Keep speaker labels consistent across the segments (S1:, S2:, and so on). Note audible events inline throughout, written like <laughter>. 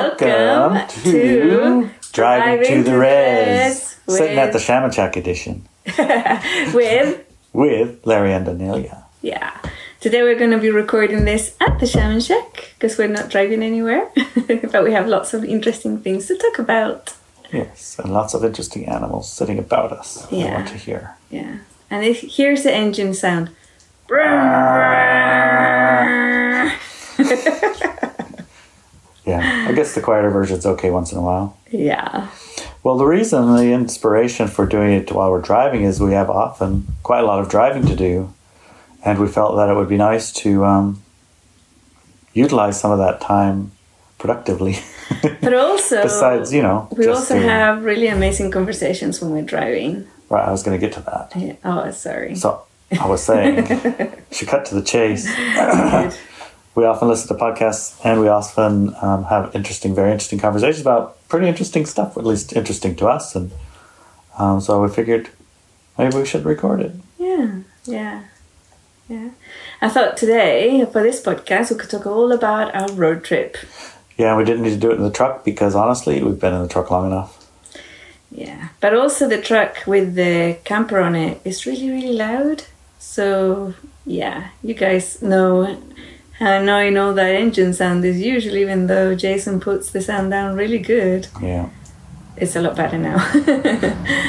S1: Welcome,
S2: Welcome
S1: to,
S2: to
S1: Driving, to
S2: Driving
S1: the
S2: to
S1: Res.
S2: Res
S1: Sitting at the
S2: with-
S1: Shamachak edition
S2: <laughs> with
S1: with Larry and Danelia.
S2: yeah today we're going to be recording this at the shaman shack because we're not driving anywhere <laughs> but we have lots of interesting things to talk about
S1: Yes, and lots of interesting animals sitting about us. I
S2: Yeah.
S1: want to hear.
S2: yeah and if, here's the
S1: <laughs>
S2: engine sound
S1: Yeah, I guess the quieter version's okay once in a while.
S2: yeah
S1: Well, the reason, the inspiration for doing it while we're driving is we have often quite a lot of driving to do, and we felt that it would be nice to um, utilize some of that time productively. <laughs>
S2: but also
S1: Besides, you know,
S2: we
S1: just
S2: also
S1: doing-
S2: have really amazing conversations when we're driving
S1: Right, I was going to get to that.
S2: Yeah. oh sorry
S1: So I was saying, she cut to the chase.
S2: Good.
S1: <clears throat> We often listen to podcasts and we often um, have interesting, very interesting conversations about pretty interesting stuff, at least interesting to us. And um, so we figured maybe we should record it.
S2: Yeah, yeah, yeah. I thought today for this podcast we could talk all about our road trip.
S1: Yeah, we didn't need to do it in the truck because honestly, we've been in the truck long enough.
S2: Yeah, but also the truck with the camper on it is really really loud. So yeah, you guys know how annoying all that engine sound is usually. Even though Jason puts the sound down really good,
S1: Yeah.
S2: it's a lot better now.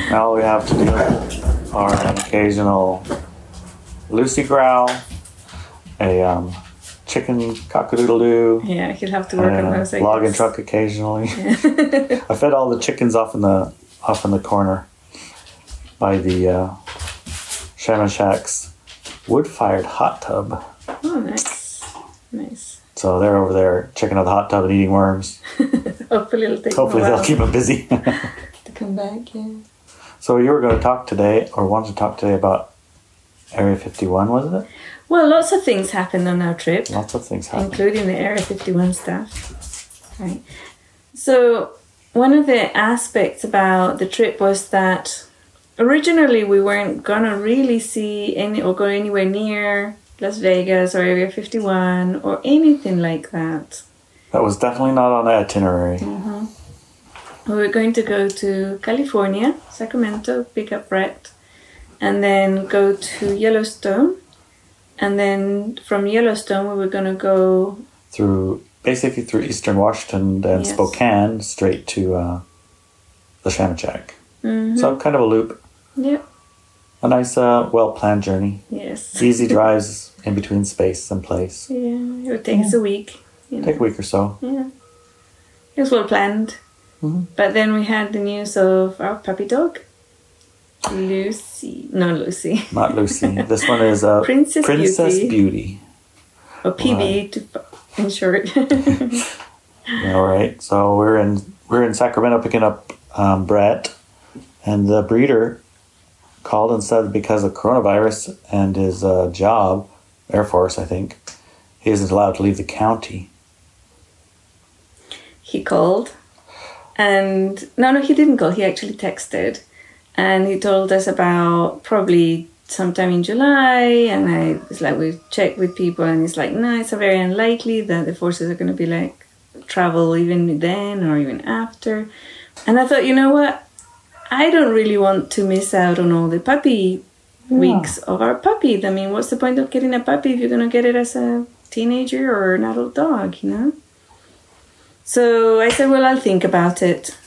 S1: Now all we have to do are an occasional Lucy growl, a um, chicken cockadoodle doo.
S2: <laughs> yeah, he'll have to work on
S1: Yeah,
S2: those. I
S1: logging
S2: guess.
S1: truck occasionally. <laughs> I fed all the chickens off in the off in the corner by the uh, Shaman Shack's wood-fired hot tub.
S2: <laughs> Oh, nice, nice.
S1: So they're over there checking out the hot tub and eating worms.
S2: Hopefully it'll take. them a
S1: Hopefully
S2: while
S1: they'll keep them busy. <laughs>
S2: to come back. Yeah.
S1: so you were going to talk today, or wanted to talk today about Area 51, wasn't it?
S2: Well, lots of things happened on our trip,
S1: Lots of things happened.
S2: including the Area 51 stuff. Right. So, one of the aspects about the trip was that originally we weren't gonna really see any or go anywhere near Las Vegas or Area 51 or anything like that.
S1: That was definitely not on the itinerary.
S2: We were going to go to California, Sacramento, pick up Brett, and then go to Yellowstone. And then from Yellowstone, we were gonna go
S1: Through basically through Eastern Washington and
S2: Yes.
S1: Spokane straight to uh, the Shaman Shack. So
S2: Mm-hmm.
S1: kind of a loop.
S2: mm, Yep.
S1: A nice, uh, well planned journey.
S2: Yes.
S1: Easy drives in between space and place.
S2: Yeah. It would take us a week. You know.
S1: Take a week or so.
S2: Yeah. It was well planned. But then we had the news of our puppy dog, Lucy. No, Lucy.
S1: Not Lucy.
S2: <laughs>
S1: this one is uh,
S2: Princess Beauty.
S1: Beauty.
S2: Or PB to to, in short. <laughs>
S1: All right. So we're in we're in Sacramento picking up um, Brett, and the breeder called and said because of coronavirus and his uh, job, Air Force, I think, he isn't allowed to leave the county. <laughs>
S2: he called. And no, no, he didn't call. He actually texted. And he told us about probably sometime in July. And I was like, we checked with people. And he's like, no, it's very unlikely that the forces are going to be like travel even then or even after. And I thought, you know what? I don't really want to miss out on all the puppy weeks of our puppy. I mean, what's the point of getting a puppy if you're going to get it as a teenager or an adult dog, you know? So I said, Well, I'll think about it.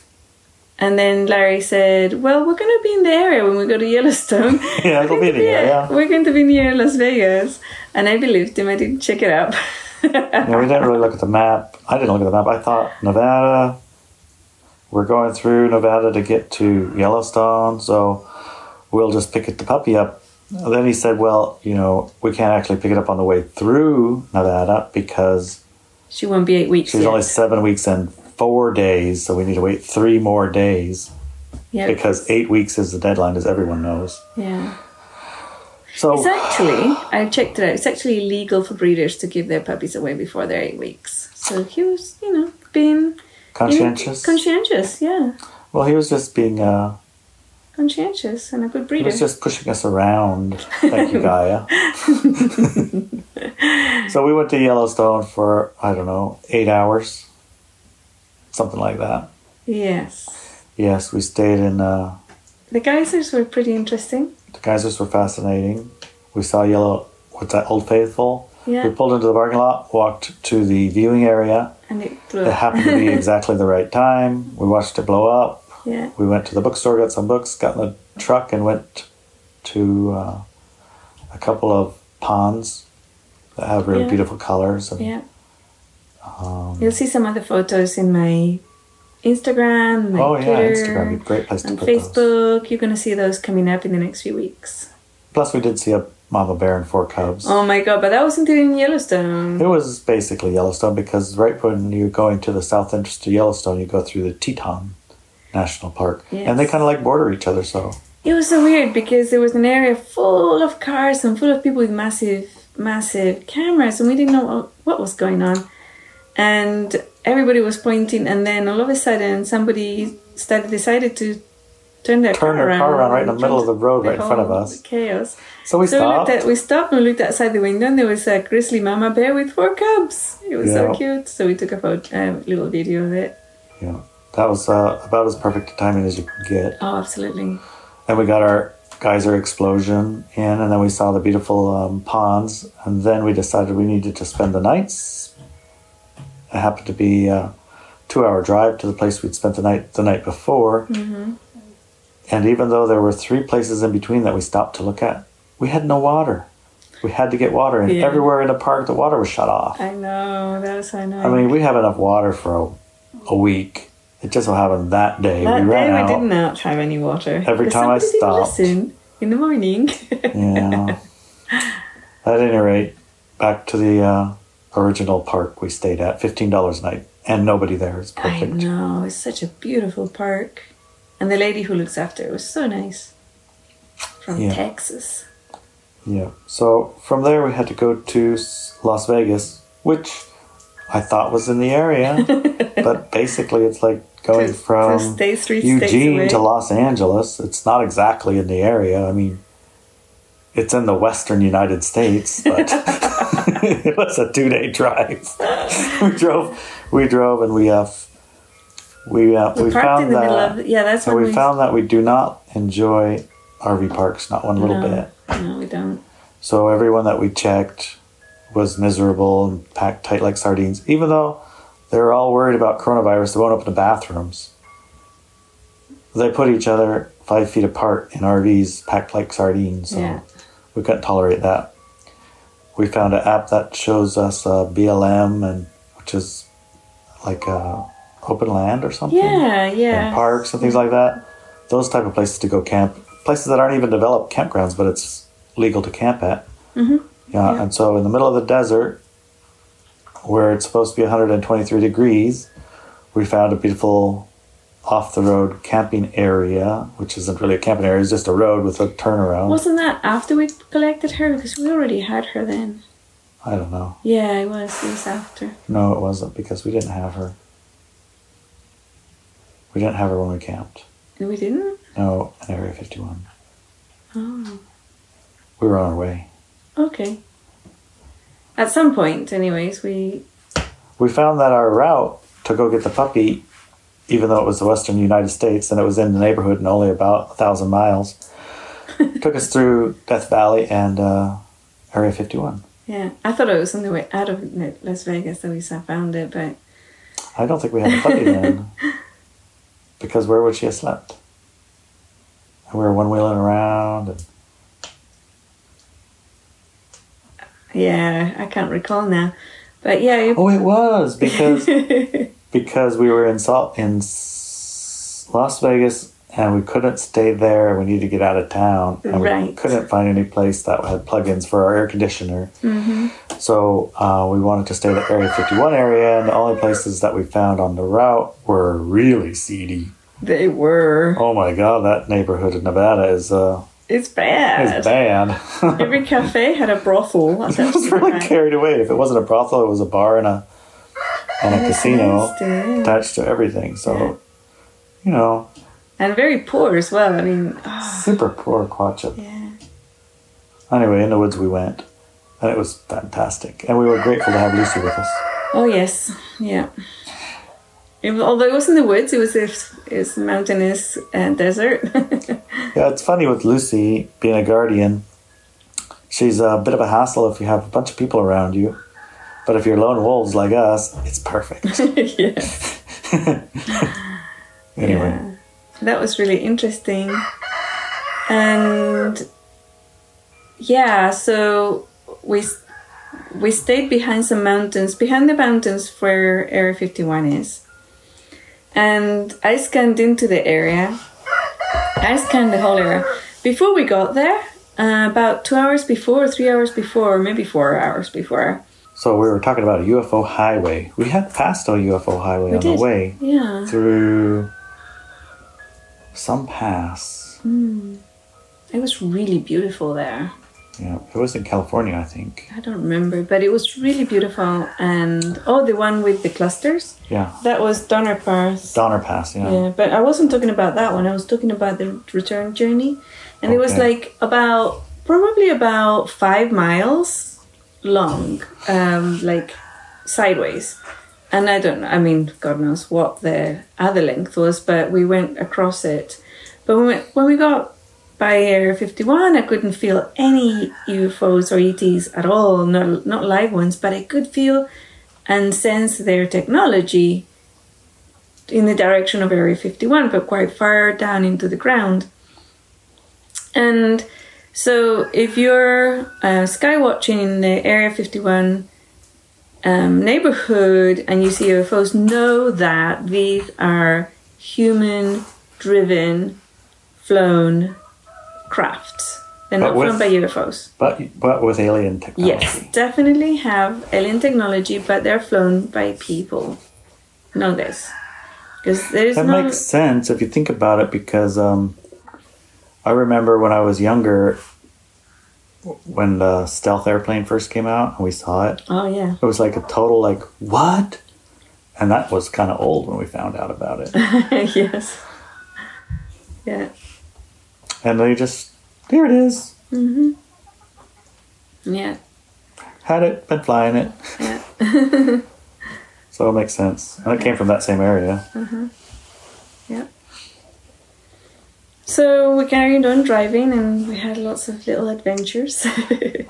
S2: And then Larry said, Well, we're going to be in the area when we go to Yellowstone.
S1: <laughs>
S2: <laughs>
S1: Yeah, it'll
S2: We're
S1: be in
S2: going to
S1: the area.
S2: We're going to be near Las Vegas. And I believed him. I didn't check it up. <laughs>
S1: Yeah, we didn't really look at the map. I didn't look at the map. I thought Nevada. We're going through Nevada to get to Yellowstone, so we'll just pick it, the puppy up. Then he said, "Well, you know, we can't actually pick it up on the way through Nevada because
S2: she won't be eight weeks.
S1: she's
S2: yet.
S1: only seven weeks and four days, so we need to wait three more days
S2: yeah.
S1: because eight weeks is the deadline, as everyone knows."
S2: yeah. It's
S1: So
S2: actually, I checked it out, it's actually illegal for breeders to give their puppies away before they're eight weeks. So he was, you know, being you know,
S1: conscientious.
S2: conscientious, yeah.
S1: Well, he was just being. Uh,
S2: Conscientious and a good
S1: He
S2: breeder.
S1: was just pushing us around. Thank you, Gaia. so we went to Yellowstone for, I don't know, eight hours. something like that.
S2: Yes.
S1: Yes, we stayed in. Uh,
S2: The geysers were pretty interesting.
S1: the geysers were fascinating. We saw yellow. What's that? Old Faithful.
S2: Yeah.
S1: We pulled into the parking lot, walked to the viewing area.
S2: And it blew
S1: It
S2: up.
S1: happened to be exactly the right time. We watched it blow up.
S2: yeah.
S1: We went to the bookstore, got some books, got in the truck, and went to uh, a couple of ponds that have really
S2: Yeah.
S1: beautiful colors. And
S2: Yeah.
S1: um,
S2: You'll see some other photos in my Instagram, my
S1: oh yeah,
S2: Twitter,
S1: Instagram, would be a great place to
S2: and
S1: put those.
S2: Facebook. You're going to see those coming up in the next few weeks.
S1: Plus, we did see a mama bear and four cubs.
S2: Oh my god, but that wasn't in Yellowstone.
S1: It was basically Yellowstone because right when you're going to the south entrance to Yellowstone, you go through the Teton National Park, and they
S2: Yes.
S1: kind of like border each other. So
S2: It was so weird because there was an area full of cars and full of people with massive, massive cameras, and we didn't know what, what was going on. And everybody was pointing, and then all of a sudden, somebody started, decided to turn their
S1: Turn
S2: car
S1: their
S2: around,
S1: car around right in the middle of the road, right in front of
S2: whole
S1: us.
S2: Chaos.
S1: so we
S2: so
S1: stopped.
S2: We, looked at, we stopped and looked outside the window, and there was a grizzly mama bear with four cubs. It was so
S1: Yeah.
S2: cute. So we took a photo, a little video of it.
S1: yeah, that was uh, about as perfect a timing as you could get.
S2: Oh, absolutely.
S1: Then we got our geyser explosion in, and then we saw the beautiful um, ponds. And then we decided we needed to spend the nights. It happened to be a two-hour drive to the place we'd spent the night the night before. And even though there were three places in between that we stopped to look at, we had no water. We had to get water, and
S2: Yeah.
S1: everywhere in the park, the water was shut off.
S2: I know. That was so annoying.
S1: I mean, we have enough water for a, a week. It just so happened that day
S2: That
S1: we ran
S2: day
S1: out.
S2: we did not have any water.
S1: Every
S2: But
S1: time I
S2: somebody did
S1: stopped.
S2: listen in the morning. <laughs>
S1: yeah. At any rate, back to the uh, original park we stayed at, fifteen dollars a night, and nobody there is
S2: I
S1: perfect.
S2: know. It's such a beautiful park, and the lady who looks after it was so nice. From
S1: Yeah.
S2: Texas.
S1: Yeah. So from there we had to go to S- Las Vegas, which I thought was in the
S2: <laughs>
S1: area, but basically it's like going
S2: To- to
S1: from
S2: stay three states away.
S1: Eugene to Los Angeles. It's not exactly in the area. I mean, it's in the western United States, but <laughs> it was a two-day drive. we drove, we drove, and we uh, f- we uh,
S2: We,
S1: we
S2: parked
S1: found
S2: in the
S1: that
S2: middle of yeah. That's
S1: so
S2: when
S1: we found that we do not enjoy RV parks, not one little
S2: no,
S1: bit.
S2: No, we don't.
S1: So everyone that we checked was miserable and packed tight like sardines, even though they're all worried about coronavirus. They won't open the bathrooms. They put each other five feet apart in RVs, packed like sardines. So
S2: Yeah.
S1: we couldn't tolerate that. We found an app that shows us uh, BLM and which is like uh, open land or something
S2: Yeah, yeah.
S1: and parks and things like that. Those type of places to go camp, places that aren't even developed campgrounds, but it's legal to camp at. Mm-hmm. Yeah,
S2: Yeah.
S1: and so in the middle of the desert, where it's supposed to be 123 degrees, we found a beautiful off-the-road camping area, which isn't really a camping area; it's just a road with a turnaround.
S2: Wasn't that after we collected her? Because we already had her then.
S1: I don't know.
S2: Yeah, it was. It was after.
S1: No, it wasn't because we didn't have her. We didn't have her when we camped.
S2: And we didn't?
S1: No, in Area 51.
S2: Oh.
S1: We were on our way.
S2: Okay. At some point, anyways, we.
S1: we found that our route to go get the puppy, even though it was the western United States and it was in the neighborhood and only about a thousand miles, took us through Death Valley and uh, Area 51.
S2: Yeah, I thought it was on the way out of Ne- Las Vegas that we sa- found it, but
S1: I don't think we had a puppy then, because where would she have slept? And we were one wheeling around, and
S2: yeah, I can't recall now. But yeah, it-
S1: oh, it was because because we were in Salt in S- Las Vegas and we couldn't stay there. We needed to get out of town, and we
S2: Right.
S1: couldn't find any place that had plugins for our air conditioner. So uh, we wanted to stay in the Area 51 area, and the only places that we found on the route were really seedy.
S2: <laughs> they were.
S1: Oh my god, that neighborhood in Nevada is uh,
S2: It's bad.
S1: is bad. I
S2: Every cafe had a
S1: <laughs>
S2: brothel. I
S1: was really carried away. If it wasn't a brothel, it was a bar and a and a casino attached to everything. So you know.
S2: And very poor as well. I mean, ah,
S1: Super poor Quatchip.
S2: yeah.
S1: Anyway, in the woods we went, and it was fantastic. And we were grateful to have Lucy with us.
S2: Oh, yes. Yeah. Oh, It, although it was in the woods, it was this it was a mountainous uh, desert. <laughs>
S1: Yeah, it's funny with Lucy being a guardian. She's a bit of a hassle if you have a bunch of people around you, but if you're lone wolves like us, it's perfect.
S2: yes.
S1: anyway,
S2: Yeah. That was really interesting. And yeah, so we s- we stayed behind some mountains, behind the mountains where Area 51 is. And I scanned into the area. I scanned the whole area. Before we got there, uh, about two hours before, three hours before, maybe four hours before.
S1: so we were talking about a UFO highway. We had passed a UFO highway on the way
S2: Yeah.
S1: through some pass.
S2: It was really beautiful there.
S1: Yeah, it was in California, I think.
S2: I don't remember, but it was really beautiful. And oh, the one with the clusters.
S1: Yeah,
S2: That was Donner Pass.
S1: Donner Pass. Yeah,
S2: yeah, but I wasn't talking about that one. I was talking about the return journey, and it was
S1: Okay.
S2: like about probably about five miles long, um, like sideways. And I don't know. I mean, God knows what the other length was, but we went across it. But when we, when we got by Area 51, I couldn't feel any UFOs or ETs at all, not, not live ones, but I could feel and sense their technology in the direction of Area 51, but quite far down into the ground. And so, if you're uh, sky watching in the Area 51 um, neighborhood and you see UFOs, know that these are human driven, flown crafts. They're not
S1: But with-
S2: flown by UFOs.
S1: but but with alien technology.
S2: Yes, definitely have alien technology, but they're flown by people. Know this. Because there's
S1: That
S2: no.
S1: makes sense if you think about it, because um, I remember when I was younger, when the stealth airplane first came out and we saw it,
S2: Oh, yeah. <laughs>
S1: it was like a total like what, and that was kind of old when we found out about
S2: <laughs>
S1: it.
S2: yes. Yeah.
S1: and they just here it is,
S2: Yeah.
S1: had it, been flying it,
S2: Yeah.
S1: so it makes sense. And it came from that same area.
S2: Yeah. So we carried on driving and we had lots of little adventures. <laughs>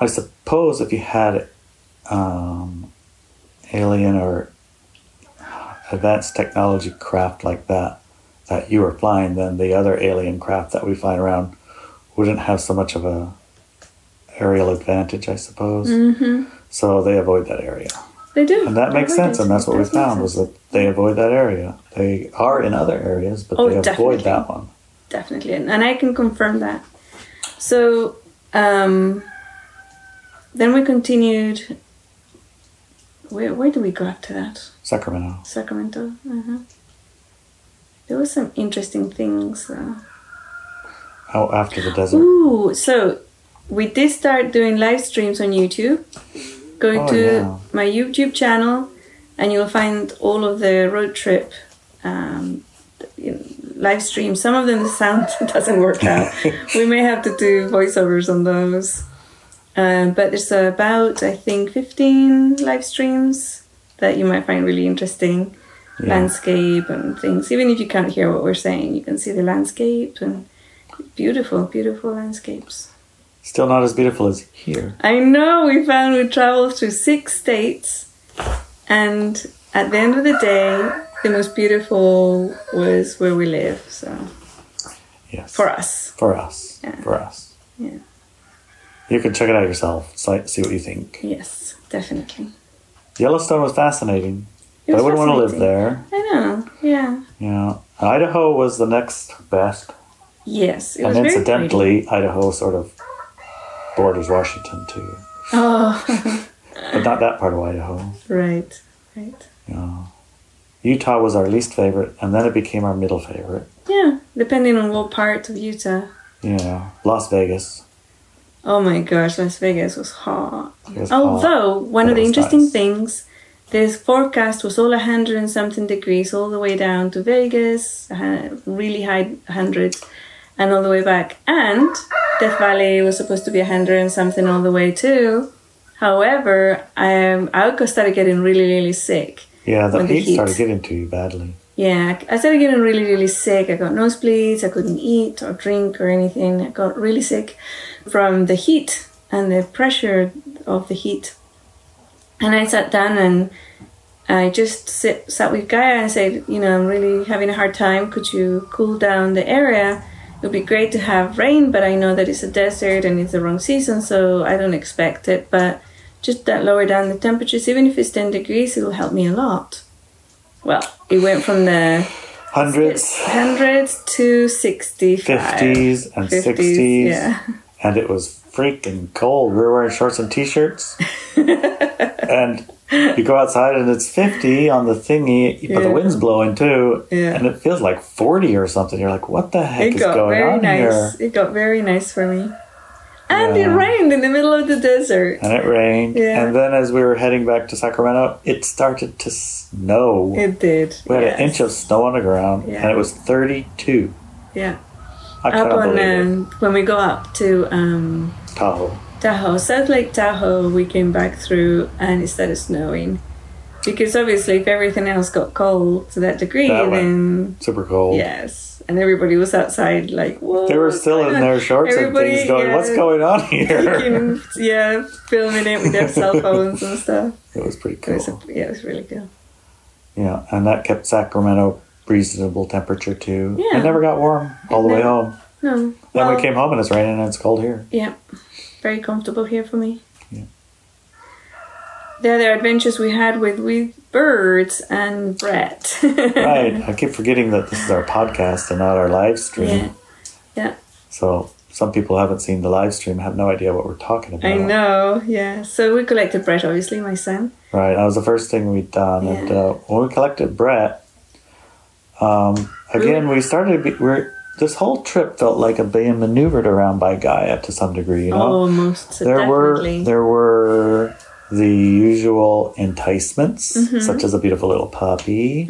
S1: I suppose if you had um, alien or advanced technology craft like that that you were flying, then the other alien craft that we fly around wouldn't have so much of a aerial advantage, I suppose. So they avoid that area,
S2: they do.
S1: and that
S2: Mm. They
S1: makes
S2: were
S1: sense. And
S2: dancing.
S1: that's what we
S2: That makes
S1: found was
S2: sense.
S1: that they avoid that area. They are in other areas, but
S2: Oh,
S1: they avoid
S2: definitely.
S1: that one.
S2: definitely and, and i can confirm that so um then we continued where, where do we go after that
S1: Sacramento.
S2: sacramento uh-huh. there was some interesting things uh,
S1: Out after the desert.
S2: Ooh, so we did start doing live streams on YouTube. Go
S1: Oh,
S2: to
S1: yeah.
S2: my YouTube channel, and you'll find all of the road trip um, you know, live streams. Some of them the sound <laughs> doesn't work out. we may have to do voiceovers on those. Um, but there's about I think 15 live streams that you might find really interesting
S1: Yeah.
S2: landscape and things. Even if you can't hear what we're saying, you can see the landscape and beautiful, beautiful landscapes.
S1: Still not as beautiful as here.
S2: I know we found we traveled through six states, and at the end of the day, the most beautiful was where we live. So
S1: Yes.
S2: for us,
S1: For us.
S2: Yeah.
S1: For us.
S2: Yeah.
S1: You can check it out yourself. si- See what you think.
S2: yes, definitely.
S1: Yellowstone was fascinating.
S2: It
S1: but I
S2: was
S1: wouldn't want to live
S2: fascinating.
S1: there.
S2: I know. Yeah.
S1: Yeah. Idaho was the next best.
S2: Yes. It
S1: and
S2: was very pretty.
S1: incidentally, Idaho sort of borders Washington too.
S2: Oh, <laughs>
S1: But not that part of Idaho.
S2: right, right.
S1: Yeah. Utah was our least favorite, and then it became our middle favorite.
S2: Yeah, depending on what part of Utah.
S1: Yeah. Las Vegas.
S2: Oh my gosh, Las Vegas was hot.
S1: was
S2: Although one
S1: but
S2: of the
S1: it was
S2: interesting
S1: nice.
S2: things, this forecast was all 100 and something degrees all the way down to Vegas, uh, really high hundreds, and all the way back. And Death Valley was supposed to be 100 and something all the way too. However, um, Alco started getting really, really sick.
S1: Yeah, the
S2: With the
S1: heat started
S2: heat.
S1: getting to you badly.
S2: yeah, I started getting really, really sick. I got nosebleeds. I couldn't eat or drink or anything. I got really sick from the heat and the pressure of the heat. And I sat down and I just sit, sat with Gaia and said, you know, I'm really having a hard time. Could you cool down the area? It would be great to have rain, but I know that it's a desert and it's the wrong season, so I don't expect it. But just that lower down the temperatures, even if it's 10 degrees, it will help me a lot. Well, it went from the
S1: Hundreds,
S2: hundreds to 65.
S1: fifties, and
S2: 50s,
S1: sixties,
S2: Yeah.
S1: and it was freaking cold. We were wearing shorts and
S2: <laughs>
S1: t-shirts, and you go outside and it's fifty on the thingy, but the
S2: Yeah.
S1: wind's blowing too,
S2: Yeah.
S1: and it feels like forty or something. You're like, what the heck
S2: It
S1: is
S2: got
S1: going
S2: very
S1: on
S2: nice.
S1: here?
S2: It got very nice for me. And it
S1: Yeah.
S2: rained in the middle of the desert.
S1: And it rained,
S2: Yeah.
S1: and then as we were heading back to Sacramento, it started to snow.
S2: It did.
S1: we had
S2: yes.
S1: an inch of snow on the ground,
S2: Yeah.
S1: and it was thirty-two.
S2: Yeah.
S1: I
S2: Up
S1: couldn't
S2: on
S1: believe it.
S2: um, when we go up to um,
S1: Tahoe.
S2: Tahoe, South Lake Tahoe. We came back through and it started snowing because obviously if everything else got cold to that degree,
S1: That went-
S2: then
S1: super cold.
S2: yes, and everybody was outside like whoa.
S1: They were
S2: what's
S1: still
S2: going
S1: in
S2: on?"
S1: their shorts and
S2: Everybody,
S1: things going,
S2: yeah,
S1: what's going
S2: <laughs>
S1: on <laughs> here?
S2: taking- yeah, filming it with their cell phones and stuff.
S1: It was pretty
S2: It was a,
S1: cool.
S2: yeah, it was really cool.
S1: Yeah, and that kept Sacramento reasonable temperature too.
S2: Yeah.
S1: It never got warm all the way
S2: never-
S1: home.
S2: No,
S1: Then
S2: well,
S1: we came home and it's raining and it's cold
S2: <laughs>
S1: here.
S2: Yeah, very comfortable here for me.
S1: Yeah.
S2: The other adventures we had with with birds and Brett.
S1: Right. I keep forgetting that this is our podcast and not our live stream.
S2: <laughs> Yeah. Yeah.
S1: So some people haven't seen the live stream, have no idea what we're talking about.
S2: I know, yeah. So we collected Brett, obviously, my son.
S1: Right, that was the first thing we'd done, and
S2: Yeah.
S1: uh, when we collected Brett, um, again we started. to Be, we're this whole trip felt like a being maneuvered around by Gaia to some degree. You
S2: Oh,
S1: know,
S2: Almost
S1: there
S2: definitely.
S1: were there were the usual enticements,
S2: Mm-hmm.
S1: such as a beautiful little puppy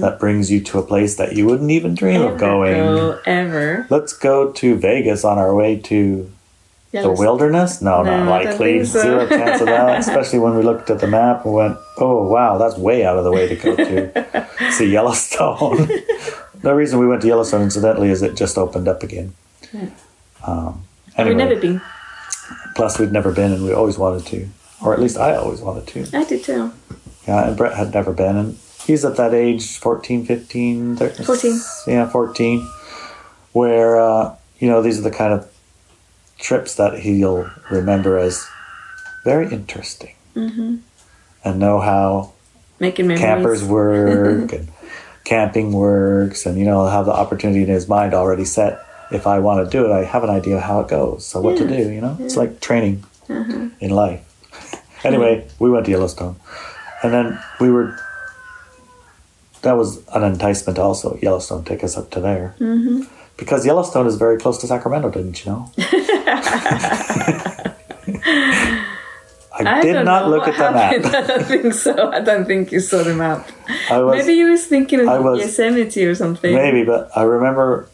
S1: that brings you to a place that you wouldn't even dream
S2: Ever
S1: of going.
S2: Mm-hmm. go, ever.
S1: Let's go to Vegas on our way to the
S2: Yellowstone.
S1: wilderness? No,
S2: No,
S1: not
S2: I don't
S1: likely.
S2: think so.
S1: Zero chance of
S2: <laughs>
S1: that. Especially when we looked at the map and went, "Oh wow, that's way out of the way to go
S2: <laughs>
S1: to see Yellowstone." the reason we went to Yellowstone, incidentally, is it just opened up again. Um,
S2: We've
S1: anyway,
S2: never been.
S1: plus we'd never been, and we always wanted to, or at least I always wanted to.
S2: I did too.
S1: Yeah, and Brett had never been, and he's at that age 14, 15, 13,
S2: 14.
S1: Yeah, 14, where, uh, you know, these are the kind of trips that he'll remember as very interesting mm-hmm. and know how
S2: Making memories.
S1: campers
S2: <laughs>
S1: work and camping works, and, you know, have the opportunity in his mind already set. If I want to do it, I have an idea how it goes, so what to
S2: Yeah. Uh-huh.
S1: do, you know? It's like training in life. <laughs> Anyway, we went to Yellowstone. And then we were, that was an enticement also. Yellowstone, take us up to there. Mm-hmm. Because Yellowstone is very close to Sacramento, didn't you
S2: <laughs>
S1: know? <laughs> I,
S2: I
S1: did
S2: don't
S1: not
S2: know
S1: look
S2: what
S1: at the
S2: happened. <laughs>
S1: map.
S2: I don't think so. I don't think you saw the map.
S1: I was,
S2: <laughs> maybe you was thinking of
S1: I was-
S2: Yosemite or something.
S1: Maybe, but I remember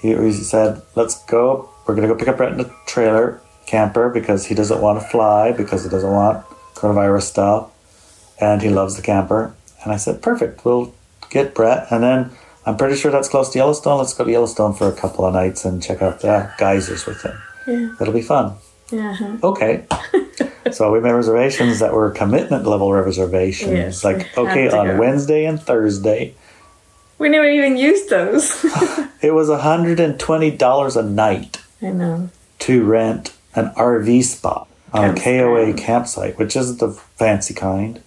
S1: he, he said, "Let's go. We're gonna go pick up Brett in the trailer camper because he doesn't want to fly because he doesn't want coronavirus stuff, and he loves the camper." And I said, "Perfect. We'll get Brett." And then I'm pretty sure that's close to Yellowstone. Let's go to Yellowstone for a couple of nights and check out the geysers with him.
S2: Yeah.
S1: It'll be fun.
S2: Yeah. uh-huh. <laughs>
S1: Okay. so we made reservations that were commitment level reservations.
S2: Yes, we
S1: like,
S2: had
S1: okay,
S2: to
S1: on
S2: go.
S1: Wednesday and Thursday,
S2: We never even
S1: <laughs>
S2: used those.
S1: it was $120 a night
S2: I know.
S1: to rent an RV spot on a
S2: Campsite.
S1: KOA campsite, which isn't the fancy kind.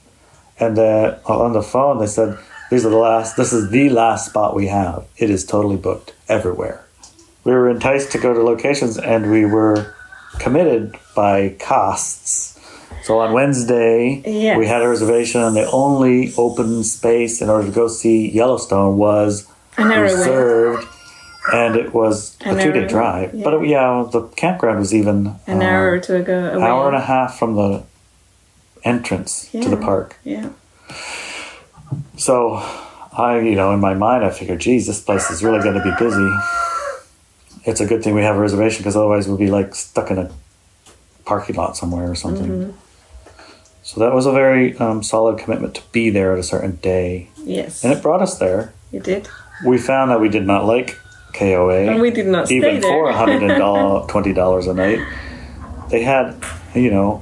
S1: And uh, on the phone, they said, "These are the last. This is the last spot we have. It is totally booked everywhere." We were enticed to go to locations, and we were committed by costs. So on Wednesday,
S2: Yes.
S1: we had a reservation, and the only open space in order to go see Yellowstone was
S2: An hour away.
S1: reserved, and it was
S2: An
S1: a two-day
S2: hour,
S1: drive.
S2: yeah.
S1: But it, yeah, the campground was even
S2: An
S1: uh,
S2: hour or two ago. Away.
S1: hour and a half from the entrance to the
S2: Yeah.
S1: park.
S2: Yeah.
S1: So I, you know, in my mind, I figured, geez, this place is really going to be busy. It's a good thing we have a reservation because otherwise we'll be like stuck in a parking lot somewhere or something.
S2: Mm-hmm.
S1: So that was a very um, solid commitment to be there at a certain day,
S2: Yes.
S1: and it brought us there.
S2: You did,
S1: We found that we did not like KOA.
S2: and we did not stay
S1: even
S2: there.
S1: for
S2: <laughs>
S1: $120 a night. They had, you know,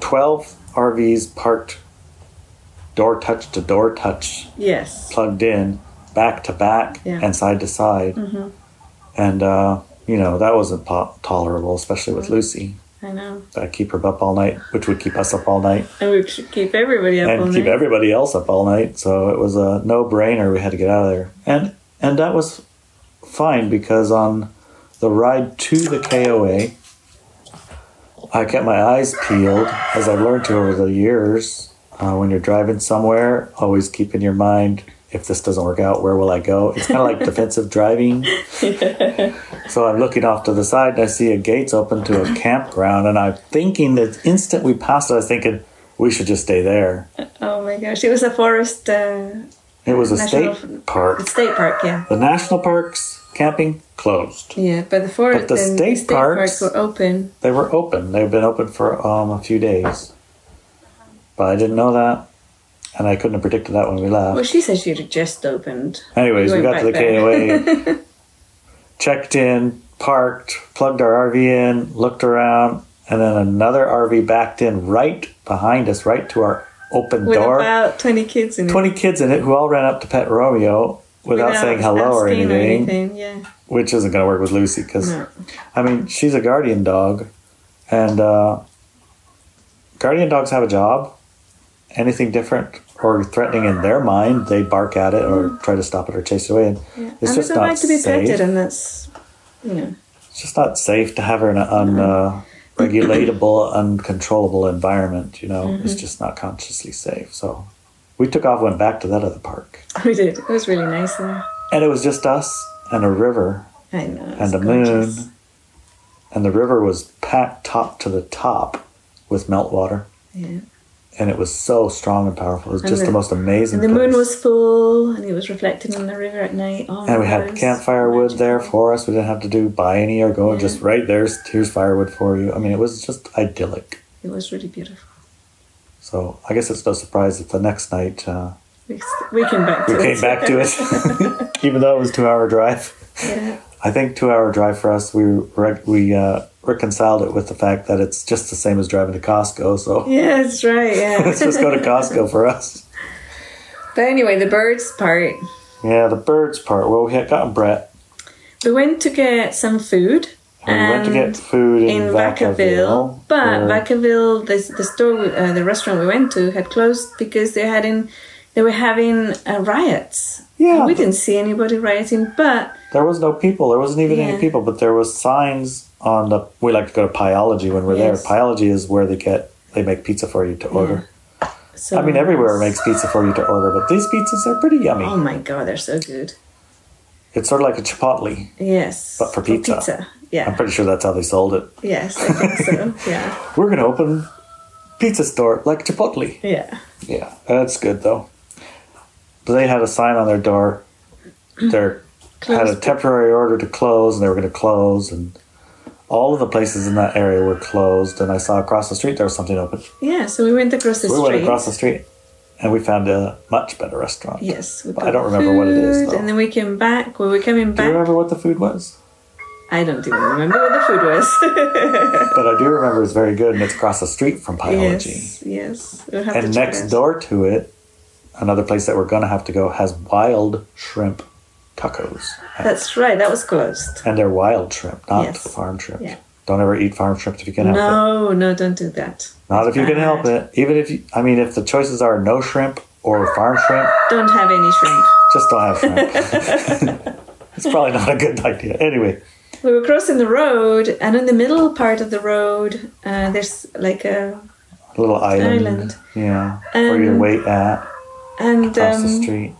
S1: 12 RVs parked door touch to door touch,
S2: yes,
S1: plugged in, back to back,
S2: Yeah. Mm-hmm.
S1: and side to side. And, uh, you know, that wasn't po- tolerable, especially
S2: Mm-hmm.
S1: with Lucy.
S2: I know,
S1: That'd keep her up all night, which would keep us up all night
S2: and we should keep everybody up all
S1: and keep
S2: night.
S1: everybody else up all night. So it was a no brainer. We had to get out of there, and and that was fine because on the ride to the KOA, I kept my eyes peeled as I've learned to over the years. Uh, when you're driving somewhere, always keep in your mind if this doesn't work out, where will I go? It's kind of like defensive driving. So I'm looking off to the side and I see a gate's open to a campground, and I'm thinking the instant we passed it, I was thinking we should just stay there.
S2: oh my gosh, it was a forest uh,
S1: It was a
S2: National-
S1: state park.
S2: state park, yeah.
S1: The national parks camping closed.
S2: Yeah, but the forest
S1: But the
S2: and
S1: state
S2: the state
S1: parks-
S2: parks were open.
S1: They were open. They've been open for um, a few days, but I didn't know that, and I couldn't have predicted that when we
S2: Well,
S1: left.
S2: she said she had just opened.
S1: Anyways, we
S2: went
S1: got to the
S2: back there.
S1: KOA,
S2: <laughs>
S1: checked in, parked, plugged our RV in, looked around, and then another RV backed in right behind us, right to our open
S2: With
S1: door.
S2: about 20 kids in it.
S1: 20 kids in it who all ran up to pet Romeo without, saying hello or
S2: asking
S1: anything,
S2: Yeah.
S1: which isn't going to work with Lucy because,
S2: No.
S1: I mean, she's a guardian dog, and uh, guardian dogs have a job. Anything different or threatening in their mind, they bark at it or try to stop it or chase it away. And
S2: Mm. yeah.
S1: it's
S2: and
S1: just
S2: they
S1: not
S2: don't like to be
S1: safe.
S2: petted, and that's, you know, <laughs>
S1: It's just not safe to have her in an un, uh, regulatable, uncontrollable environment. You know,
S2: Mm-hmm.
S1: it's just not consciously safe. So we took off, went back to that other park.
S2: we did. It was really nice there.
S1: And it was just us and a river
S2: I know. it
S1: and
S2: was
S1: the
S2: gorgeous.
S1: moon. And the river was packed top to the top with meltwater.
S2: Yeah.
S1: And it was so strong and powerful. It was
S2: And
S1: just the,
S2: the-
S1: most amazing.
S2: And the moon
S1: place.
S2: was full, and it was reflecting on the river at night. Oh,
S1: And we
S2: it
S1: had
S2: was
S1: campfire wood
S2: magical.
S1: there for us. We didn't have to do buy any or go. Just right there's here's firewood for you. I mean, it was just idyllic.
S2: It was really beautiful.
S1: So I guess it's no surprise that the next night uh,
S2: We, we came back to
S1: we
S2: it.
S1: came back to it, <laughs> even though it was two hour drive.
S2: <laughs> Yeah.
S1: I think two hour drive for us. We re- we uh, reconciled it with the fact that it's just the same as driving to Costco. So
S2: yeah, that's right. Yeah.
S1: <laughs> let's just go to Costco for us.
S2: But anyway, the birds part.
S1: Yeah, the birds part. Well, we had gotten Brett.
S2: We went to get some food.
S1: We went to
S2: and
S1: get food in,
S2: in
S1: Vacaville, uh,
S2: Vacaville, but
S1: where-
S2: Vacaville, the, the store, we- uh, the restaurant we went to, had closed because they had in, they were having uh, riots.
S1: Yeah,
S2: And we
S1: but-
S2: didn't see anybody rioting, but
S1: there was no people. There wasn't even any
S2: Yeah.
S1: people, but there was signs on the. We like to go to Pyology when we're
S2: Yes.
S1: there. Pyology is where they get they make pizza for you to order.
S2: so
S1: I mean, everywhere makes pizza for you to order, but these pizzas are pretty yummy.
S2: Oh my god, they're so good.
S1: It's sort of like a Chipotle.
S2: Yes,
S1: But for pizza. I'm
S2: Yeah.
S1: pretty sure that's how they sold it. <laughs>
S2: Yes, I think so. Yeah.
S1: We're gonna open pizza store like Chipotle.
S2: Yeah.
S1: Yeah, that's good though. But they had a sign on their door. They had a
S2: Closed.
S1: temporary order to close, and they were going to close, and all of the places in that area were closed. And I saw across the street there was something open.
S2: Yeah. So we went across the
S1: we
S2: street.
S1: went across the street, and we found a much better restaurant.
S2: Yes. we
S1: But I
S2: got
S1: don't remember what it is,
S2: food,
S1: though.
S2: And then we came back. We were coming
S1: Do you
S2: back.
S1: remember what the food was?
S2: I don't even remember what the food <laughs> was.
S1: But I do remember it's very good, and it's across the street from Pyology.
S2: yes. Yes. We'll have to
S1: Oh, and
S2: check
S1: next
S2: it out.
S1: door to it, another place that we're going to have to go has wild shrimp tacos.
S2: That's right. That was closed.
S1: And they're wild shrimp, not
S2: Yes.
S1: farm shrimp.
S2: Yeah.
S1: Don't ever eat farm shrimp if you can help it.
S2: No, no, don't do that.
S1: Not if you can
S2: bad.
S1: help it. Even if you, I mean, if the choices are no shrimp or farm shrimp,
S2: Don't have any shrimp.
S1: just don't have shrimp.
S2: <laughs>
S1: it's probably not a good idea. Anyway,
S2: We were crossing the road, and in the middle part of the road, uh, there's like a
S1: a little island.
S2: Island.
S1: Yeah. where you
S2: Um,
S1: wait at
S2: and
S1: across the
S2: um,
S1: street.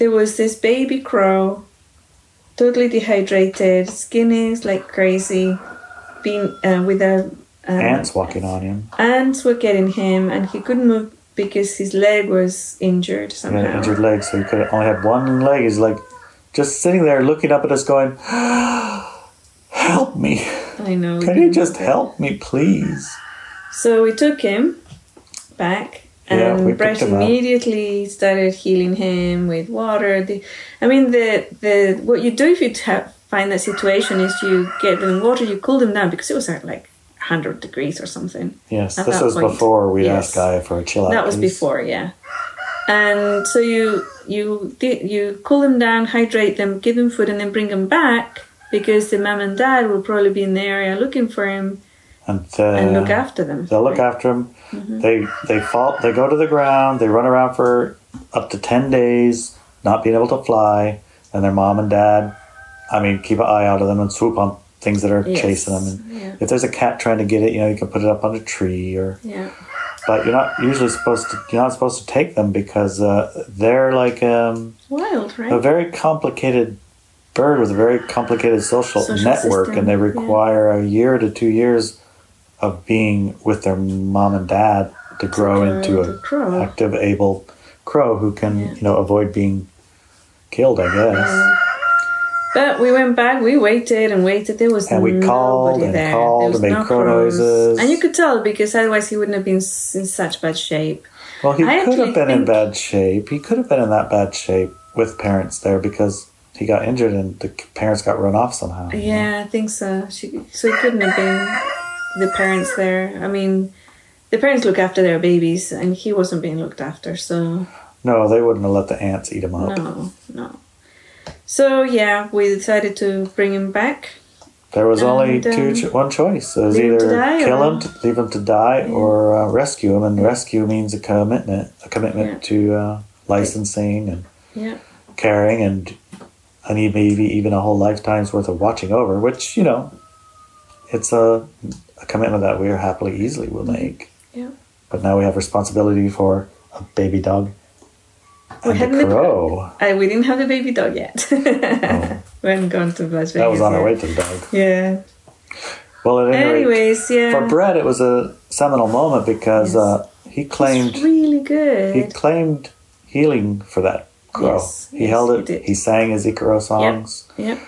S2: there was this baby crow, totally dehydrated, skinny like crazy, being uh, with a um,
S1: Ants walking on him.
S2: ants were getting him, and he couldn't move because his leg was injured
S1: He had an
S2: somehow.
S1: injured leg, so he could only had one leg. He's like just sitting there looking up at us going, <gasps> Help me.
S2: I know. we
S1: Can you
S2: couldn't-
S1: just help me, please?
S2: So we took him back
S1: Yeah,
S2: And
S1: we
S2: Brett
S1: picked him up.
S2: immediately started healing him with water. The, I mean, the the what you do if you ta find that situation is you get them water, you cool them down because it was at like 100 degrees or something.
S1: Yes,
S2: At
S1: this
S2: that
S1: was
S2: point.
S1: before we
S2: Uh, oh, Yes.
S1: asked Guy for a chill out.
S2: that was
S1: please.
S2: before, yeah. And so you you di- you cool them down, hydrate them, give them food, and then bring them back because the mum and dad will probably be in the area looking for him
S1: And, uh,
S2: and look after Mm-hmm. them.
S1: They look
S2: right?
S1: after him. They they fall. They go to the ground. They run around for up to ten days, not being able to fly. And their mom and dad, I mean, keep an eye out of them and swoop on things that are
S2: Yes.
S1: chasing them. And
S2: Yeah.
S1: if there's a cat trying to get it, you know, you can put it up on a tree or.
S2: Yeah.
S1: But you're not usually supposed to. You're not supposed to take them because uh, they're like um,
S2: Wild, right?
S1: a very complicated bird with a very complicated social,
S2: Social
S1: network,
S2: system,
S1: and they
S2: yeah.
S1: require a year to two years of being with their mom and dad to grow
S2: grow
S1: into
S2: into
S1: a
S2: crow.
S1: active, able crow who can,
S2: Yeah.
S1: you know, avoid being killed. I guess.
S2: But we went back, we waited and waited. There was
S1: And we
S2: nobody
S1: called and
S2: there.
S1: called
S2: there
S1: and
S2: was
S1: made
S2: no
S1: crow
S2: crows.
S1: noises.
S2: And you could tell because otherwise he wouldn't have been s- in such bad shape.
S1: Well, he
S2: I
S1: could
S2: actually
S1: have been in
S2: think-
S1: bad shape. He could have been in that bad shape with parents there because he got injured and the parents got run off somehow. you know?
S2: Yeah, I think so. She, so it couldn't have been the parents there. I mean, the parents look after their babies and he wasn't being looked after, so
S1: No, they wouldn't have let the ants eat him up.
S2: no, no. So yeah, we decided to bring him back.
S1: There was only
S2: And, um,
S1: two, cho- one choice. It was
S2: leave him
S1: either
S2: to die
S1: kill
S2: or-
S1: him, to leave him to die, or uh, rescue him. And rescue means a commitment, a commitment
S2: Yeah.
S1: to uh, licensing and
S2: Yeah.
S1: caring, and and e- maybe even a whole lifetime's worth of watching over. Which you know, it's a a commitment that we are happily, easily will make.
S2: Mm-hmm. Yeah.
S1: But now we have responsibility for a baby dog
S2: We
S1: and
S2: hadn't
S1: a
S2: looked at-
S1: crow.
S2: I, we didn't have the baby dog yet. <laughs> we hadn't gone to Las Vegas.
S1: Oh. That was on our
S2: yet.
S1: way to the dog.
S2: Yeah.
S1: Well, at any rate,
S2: Anyways, yeah.
S1: for Brett, it was a seminal moment because
S2: Yes.
S1: uh, he claimed.
S2: It's really
S1: he
S2: good.
S1: claimed healing for that crow.
S2: Yes,
S1: he
S2: yes,
S1: held
S2: he
S1: it. He,
S2: did.
S1: sang his Icaro songs.
S2: Yep.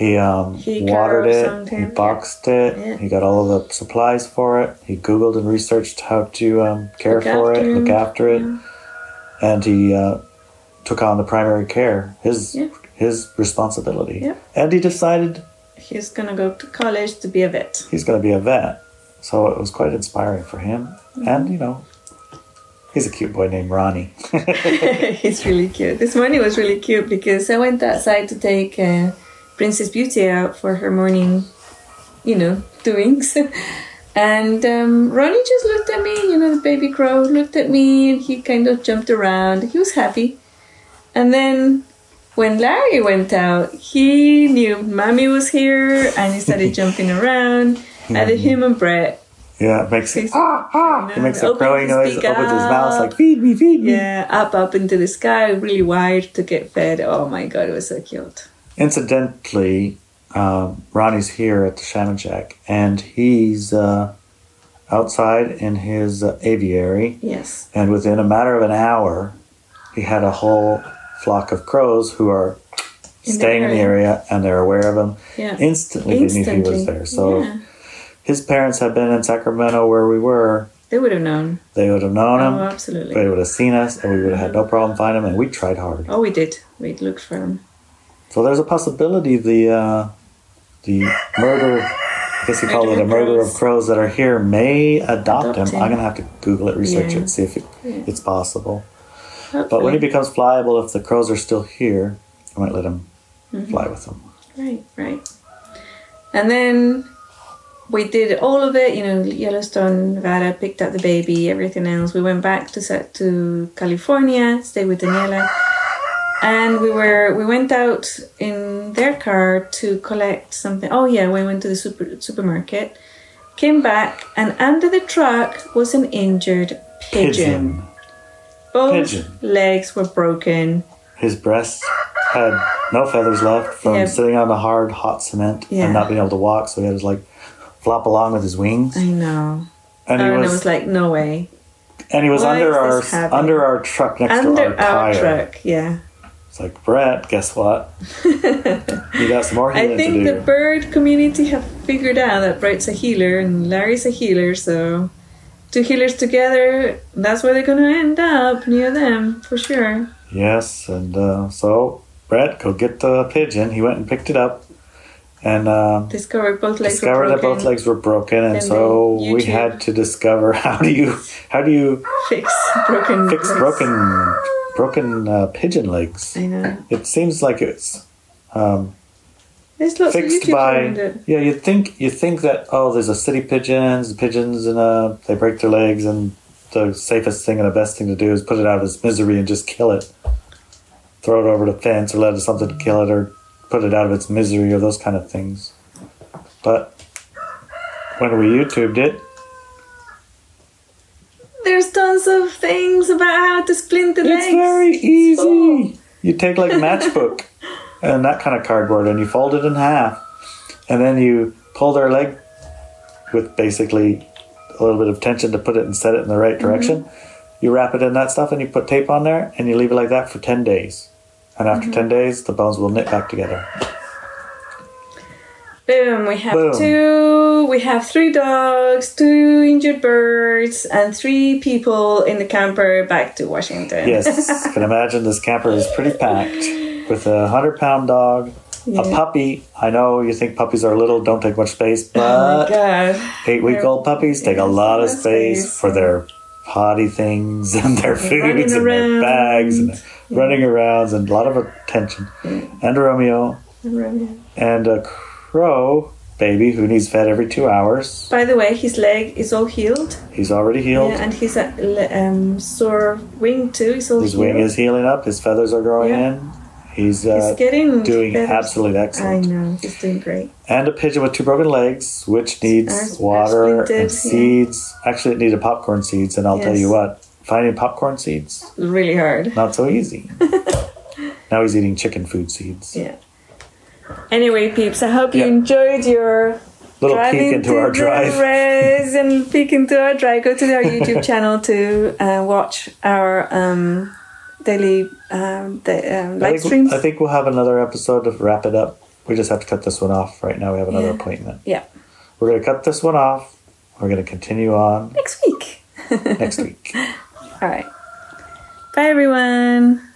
S1: He um,
S2: He
S1: watered
S2: karaoke-songed
S1: it. He
S2: him.
S1: boxed it.
S2: Yeah.
S1: He got all of the supplies for it. He Googled and researched how to um, care
S2: Look
S1: for it,
S2: after
S1: look
S2: him.
S1: after it, and he uh, took on the primary care, his
S2: Yeah.
S1: his responsibility.
S2: Yeah.
S1: And he decided
S2: He's gonna go to college to be a vet.
S1: he's going to be a vet. So it was quite inspiring for him.
S2: Mm-hmm.
S1: And you know, he's a cute boy named Ronnie. <laughs>
S2: <laughs> He's really cute. This morning was really cute because I went outside to take uh, Princess Beauty out for her morning, you know, doings. <laughs> And um, Ronnie just looked at me, you know, the baby crow looked at me and he kind of jumped around. He was happy. And then when Larry went out, he knew Mommy was here and
S1: <laughs>
S2: he started jumping around. And the human Brett.
S1: yeah, it Mm-hmm. makes
S2: He's-
S1: He makes a
S2: opened
S1: crowing
S2: his
S1: noise,
S2: beak
S1: opens his mouth,
S2: up.
S1: like, feed me, feed me.
S2: Yeah, up, up into the sky, really wide to get fed. Oh my god, it was so cute.
S1: Incidentally, um, Ronnie's here at the Shaman Shack, and he's uh, outside in his uh, aviary,
S2: Yes.
S1: and within a matter of an hour, he had a whole flock of crows who are
S2: In the
S1: staying in the area, and they're aware of him.
S2: Yeah.
S1: Instantly, they knew he was there. So
S2: yeah,
S1: his parents had been in Sacramento where we were.
S2: they would have known.
S1: They would have known
S2: Oh,
S1: him. They
S2: absolutely.
S1: would have seen us, and we would have had no problem finding him. And we tried hard.
S2: Oh, we did. We looked for him.
S1: So there's a possibility the uh, the murder, I guess you call
S2: Murder
S1: it a
S2: of
S1: murder of
S2: crows.
S1: crows that are here may adopt,
S2: Adopt
S1: him.
S2: him.
S1: I'm gonna have to Google it, research
S2: Yeah.
S1: it, see if it,
S2: Yeah.
S1: it's possible. But when
S2: Hopefully.
S1: he becomes flyable, if the crows are still here, I might let him
S2: Mm-hmm.
S1: fly with them.
S2: right, right. And then we did all of it. You know, Yellowstone, Nevada, picked up the baby, everything else. We went back to Sa- to California, stayed with Daniela, and we were we went out in their car to collect something. Oh yeah, we went to the super, supermarket, came back, and under the truck was an injured
S1: Pigeon.
S2: pigeon. Both
S1: Pigeon.
S2: legs were broken.
S1: His breast had no feathers left from
S2: Yeah.
S1: sitting on the hard, hot cement
S2: Yeah.
S1: and not being able to walk, so he had to like flop along with his wings.
S2: I know.
S1: And he
S2: Aaron
S1: was,
S2: was like, no way.
S1: and he was
S2: why
S1: under
S2: is
S1: our
S2: this happening?
S1: under our truck next to our
S2: Under
S1: tire.
S2: our truck, yeah.
S1: It's like, Brett, guess
S2: <laughs>
S1: what? you got some more healing
S2: I think
S1: to
S2: the
S1: do.
S2: bird community have figured out that Brett's a healer and Larry's a healer, so two healers together, that's where they're gonna end up near them for sure.
S1: Yes, and uh, so Brett go get the pigeon. He went and picked it up, and um,
S2: Discovered both legs. were
S1: discovered that both
S2: broken.
S1: legs were broken, and,
S2: And
S1: so
S2: then
S1: we
S2: YouTube.
S1: had to discover <laughs> how do you how do you
S2: Fix broken.
S1: <laughs> fix
S2: legs.
S1: broken broken uh, pigeon legs.
S2: I know.
S1: It seems like it's um,
S2: There's lots of
S1: fixed
S2: YouTube
S1: by
S2: around it.
S1: yeah. You think you think that oh, there's a city pigeons, pigeons, and uh, they break their legs, and the safest thing and the best thing to do is put it out of its misery and just kill it, throw it over the fence, or let it something kill it, or put it out of its misery, or those kind of things. But when we YouTubed it,
S2: There's tons of things about how to splint the legs.
S1: It's very
S2: full.
S1: easy. You take like matchbook <laughs> and that kind of cardboard and you fold it in half. And then you pull their leg with basically a little bit of tension to put it and set it in the right
S2: Mm-hmm.
S1: direction. You wrap it in that stuff and you put tape on there and you leave it like that for 10 days. And after
S2: Mm-hmm.
S1: 10 days, the bones will knit back together.
S2: Boom, we have
S1: Boom.
S2: two, we have three dogs, two injured birds, and three people in the camper back to Washington. <laughs>
S1: Yes, can imagine this camper is pretty packed with a 100 pound dog, a
S2: Yeah.
S1: puppy. I know you think puppies are little, don't take much space,
S2: Oh
S1: but.
S2: my god.
S1: Eight week old puppies take a
S2: Yes,
S1: lot of
S2: that's
S1: space
S2: space.
S1: for their potty things <laughs> and their
S2: running
S1: foods and their
S2: around.
S1: bags and running around and a lot of attention. And Romeo and a crow baby who needs fed every two hours.
S2: By the way, his leg is all healed.
S1: He's already healed.
S2: Yeah, and his uh, le- um, sore wing too is all
S1: His
S2: healed.
S1: wing is healing up. His feathers are growing
S2: Yeah.
S1: in. He's, uh,
S2: He's getting
S1: doing
S2: better.
S1: absolutely
S2: I
S1: excellent.
S2: know, he's doing great.
S1: And a pigeon with two broken legs, which needs
S2: Ours-
S1: water
S2: ours we did,
S1: and
S2: yeah.
S1: seeds. Actually, it needed popcorn seeds, and I'll tell
S2: Yes.
S1: you what, finding popcorn seeds
S2: Really hard.
S1: Not so
S2: <laughs>
S1: easy. now he's eating chicken food seeds.
S2: Yeah. Anyway, peeps, I hope you
S1: Yeah.
S2: enjoyed your
S1: Little peek
S2: driving
S1: into
S2: to
S1: our
S2: the
S1: drive. <laughs>
S2: race and peek into our drive. Go to our YouTube channel to uh, watch our um, daily um, the,
S1: I
S2: um, live
S1: think,
S2: streams.
S1: I think we'll have another episode to wrap it up. We just have to cut this one off right now. We have another
S2: Yeah.
S1: appointment.
S2: yeah,
S1: We're going to cut this one off. We're going to continue on
S2: <laughs> next week.
S1: next week.
S2: All right. Bye, everyone.